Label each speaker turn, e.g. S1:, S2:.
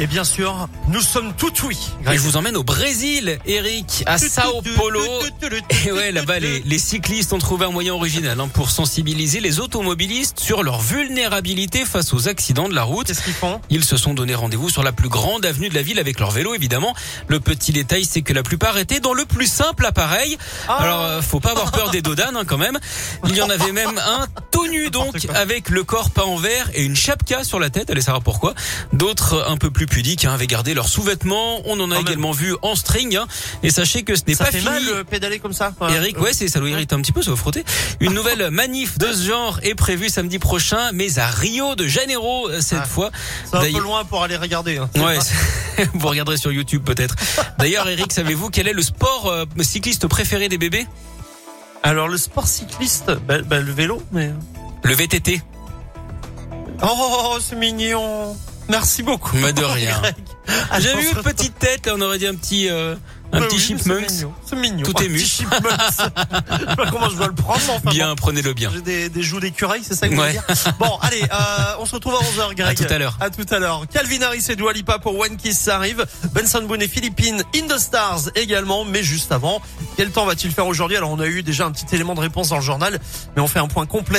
S1: Et bien sûr, nous sommes tout oui.
S2: Et je vous emmène au Brésil, Eric, à Sao Paulo. Et ouais, là-bas, les, les cyclistes ont trouvé un moyen original hein, pour sensibiliser les automobilistes sur leur vulnérabilité face aux accidents de la route.
S1: Qu'est-ce qu'ils font
S2: Ils se sont donné rendez-vous sur la plus grande avenue de la ville avec leur vélo, évidemment. Le petit détail, c'est que la plupart étaient dans le plus simple appareil.
S1: Ah.
S2: Alors, euh, faut pas avoir peur des dodanes, hein, quand même. Il y en avait même un tout nu, donc, avec le corps peint en vert et une chapka sur la tête. Allez savoir pourquoi. D'autres, euh, un peu plus pudiques, hein, avaient gardé leurs sous-vêtements. On en a
S1: Quand même.
S2: également vu en string. hein. Et sachez que ce n'est
S1: Ça
S2: pas
S1: fait
S2: fini.
S1: mal euh, pédaler comme ça. quoi.
S2: Eric, ouais, c'est ça lui irrite un petit peu, ça va frotter. Une nouvelle manif de ce genre est prévue samedi prochain, mais à Rio de Janeiro euh, cette
S1: Ah,
S2: fois.
S1: C'est un peu
S2: D'ailleurs-
S1: loin pour aller regarder. hein.
S2: Ouais, c'est- vous regarderez sur YouTube peut-être. D'ailleurs, Eric, savez-vous quel est le sport euh, cycliste préféré des bébés
S1: Alors le sport cycliste, bah, bah, le vélo, mais.
S2: Le VTT.
S1: Oh, c'est mignon. Merci beaucoup.
S2: Mais Bah, de rien. Ah,
S1: Greg. Alors,
S2: J'avais vu une petite tête, là, on aurait dit un petit, euh, un
S1: bah
S2: petit
S1: oui,
S2: chipmunks.
S1: C'est mignon. C'est mignon.
S2: Tout
S1: Un
S2: ému.
S1: petit chipmunks. Je sais pas comment je dois le prendre. mais Enfin,
S2: Bien, prenez-le bien.
S1: bon, J'ai des, des joues d'écureuil, c'est ça que vous
S2: Ouais.
S1: voulez dire Bon, allez, euh, on se retrouve à 11h, Greg.
S2: À tout à l'heure.
S1: À tout à l'heure. Calvin Harris et Dua Lipa pour One Kiss, ça arrive. Benson Boone et Philippines, In the Stars également. Mais juste avant, quel temps va-t-il faire aujourd'hui Alors, on a eu déjà un petit élément de réponse dans le journal, mais on fait un point complet.